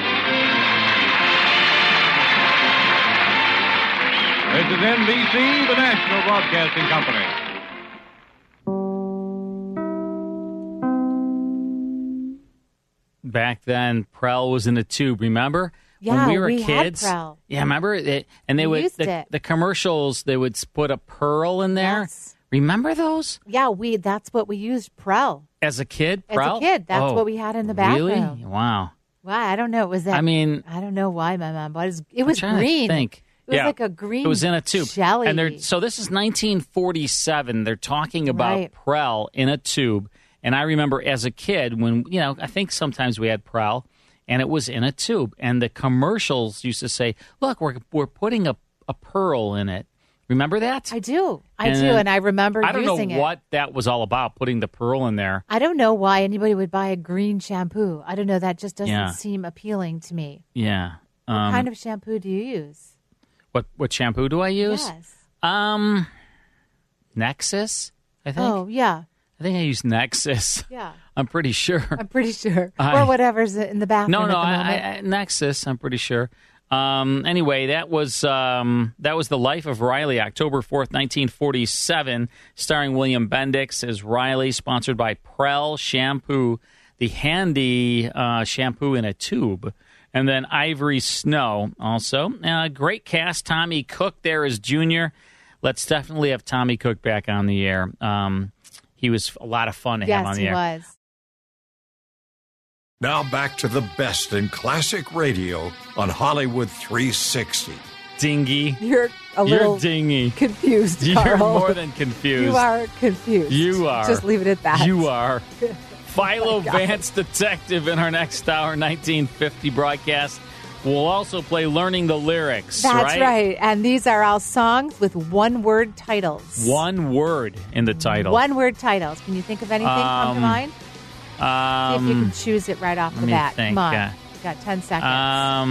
[SPEAKER 19] This is NBC, the national broadcasting company.
[SPEAKER 6] Back then, Prel was in a tube. Remember
[SPEAKER 7] Yeah,
[SPEAKER 6] when we were
[SPEAKER 7] we had
[SPEAKER 6] kids?
[SPEAKER 7] Prel.
[SPEAKER 6] Yeah, remember? It, and they
[SPEAKER 7] We
[SPEAKER 6] would
[SPEAKER 7] used
[SPEAKER 6] the,
[SPEAKER 7] it.
[SPEAKER 6] the commercials. They would s- put a pearl in there. Remember those
[SPEAKER 7] Yeah, we that's what we used Prel.
[SPEAKER 6] as a kid?
[SPEAKER 7] As
[SPEAKER 6] Prel?
[SPEAKER 7] a kid, that's
[SPEAKER 6] Oh,
[SPEAKER 7] what we had in the bathroom.
[SPEAKER 6] Really? Wow.
[SPEAKER 7] Why? I don't know. It was that
[SPEAKER 6] I mean-
[SPEAKER 7] I don't know why my mom bought it. It was
[SPEAKER 6] trying to
[SPEAKER 7] green.
[SPEAKER 6] think.
[SPEAKER 7] It was
[SPEAKER 6] Yeah.
[SPEAKER 7] like a green
[SPEAKER 6] It was in a tube.
[SPEAKER 7] jelly.
[SPEAKER 6] And they're, so this is 1947. They're talking about
[SPEAKER 7] Right.
[SPEAKER 6] Prel in a tube. And I remember as a kid when, you know, I think sometimes we had Prel and it was in a tube. And the commercials used to say, look, we're, we're putting a, a pearl in it. Remember that?
[SPEAKER 7] I do. I
[SPEAKER 6] And
[SPEAKER 7] do,
[SPEAKER 6] then-
[SPEAKER 7] and I remember
[SPEAKER 6] I don't
[SPEAKER 7] using
[SPEAKER 6] know
[SPEAKER 7] it.
[SPEAKER 6] what that was all about, putting the pearl in there.
[SPEAKER 7] I don't know why anybody would buy a green shampoo. I don't know. That just doesn't
[SPEAKER 6] Yeah.
[SPEAKER 7] seem appealing to me.
[SPEAKER 6] Yeah. Um,
[SPEAKER 7] what kind of shampoo do you use?
[SPEAKER 6] what, what shampoo do I use?
[SPEAKER 7] Yes.
[SPEAKER 6] Um, Nexus, I think.
[SPEAKER 7] Oh, yeah.
[SPEAKER 6] I think I use Nexus.
[SPEAKER 7] Yeah.
[SPEAKER 6] I'm pretty sure.
[SPEAKER 7] I'm pretty sure.
[SPEAKER 6] I-
[SPEAKER 7] or whatever's in the bathroom.
[SPEAKER 6] no,
[SPEAKER 7] at
[SPEAKER 6] no,
[SPEAKER 7] the
[SPEAKER 6] I,
[SPEAKER 7] moment.
[SPEAKER 6] I, I, Nexus. I'm pretty sure. Um, anyway, that was um, that was the life of Riley, October fourth, nineteen forty seven, starring William Bendix as Riley, sponsored by Prel shampoo, the handy uh, shampoo in a tube, and then Ivory Snow also. Uh, great cast. Tommy Cook there as Junior. Let's definitely have Tommy Cook back on the air. Um, he was a lot of fun to have
[SPEAKER 7] yes,
[SPEAKER 6] on the
[SPEAKER 7] he
[SPEAKER 6] air.
[SPEAKER 7] was.
[SPEAKER 12] Now back to the best in classic radio on Hollywood 360.
[SPEAKER 6] Dingy.
[SPEAKER 7] You're a little
[SPEAKER 6] You're dingy.
[SPEAKER 7] confused,
[SPEAKER 6] You're
[SPEAKER 7] Carl.
[SPEAKER 6] more than confused.
[SPEAKER 7] You are confused.
[SPEAKER 6] You are.
[SPEAKER 7] Just leave it at that. Oh
[SPEAKER 6] You are. Philo Vance Detective in our next hour 1950 broadcast. We'll also play Learning the Lyrics,
[SPEAKER 7] That's right. And these are all songs with one word titles.
[SPEAKER 6] One word in the title.
[SPEAKER 7] One word titles. Can you think of anything come to
[SPEAKER 6] Um,
[SPEAKER 7] mind? See if you
[SPEAKER 6] Um,
[SPEAKER 7] can choose it right off
[SPEAKER 6] let
[SPEAKER 7] the
[SPEAKER 6] me
[SPEAKER 7] bat.
[SPEAKER 6] think,
[SPEAKER 7] Come on.
[SPEAKER 6] uh,
[SPEAKER 7] You got 10 seconds.
[SPEAKER 6] um,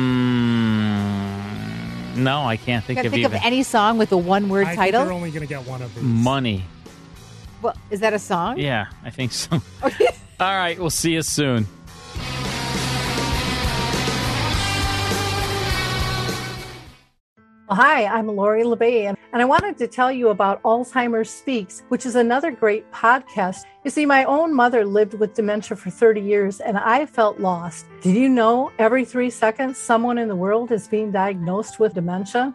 [SPEAKER 6] no, I can't
[SPEAKER 7] you
[SPEAKER 6] think
[SPEAKER 7] can
[SPEAKER 6] of
[SPEAKER 7] think
[SPEAKER 6] even
[SPEAKER 7] of any song with a one word
[SPEAKER 8] I think
[SPEAKER 7] title.
[SPEAKER 8] you're only going to get one of them.
[SPEAKER 6] money.
[SPEAKER 7] well, is that a song?
[SPEAKER 6] Yeah, I think so. All right, we'll see you soon.
[SPEAKER 5] Hi, I'm Lori LeBay, and, and I wanted to tell you about Alzheimer's Speaks, which is another great podcast. You see, my own mother lived with dementia for 30 years, and I felt lost. Did you know every three seconds someone in the world is being diagnosed with dementia?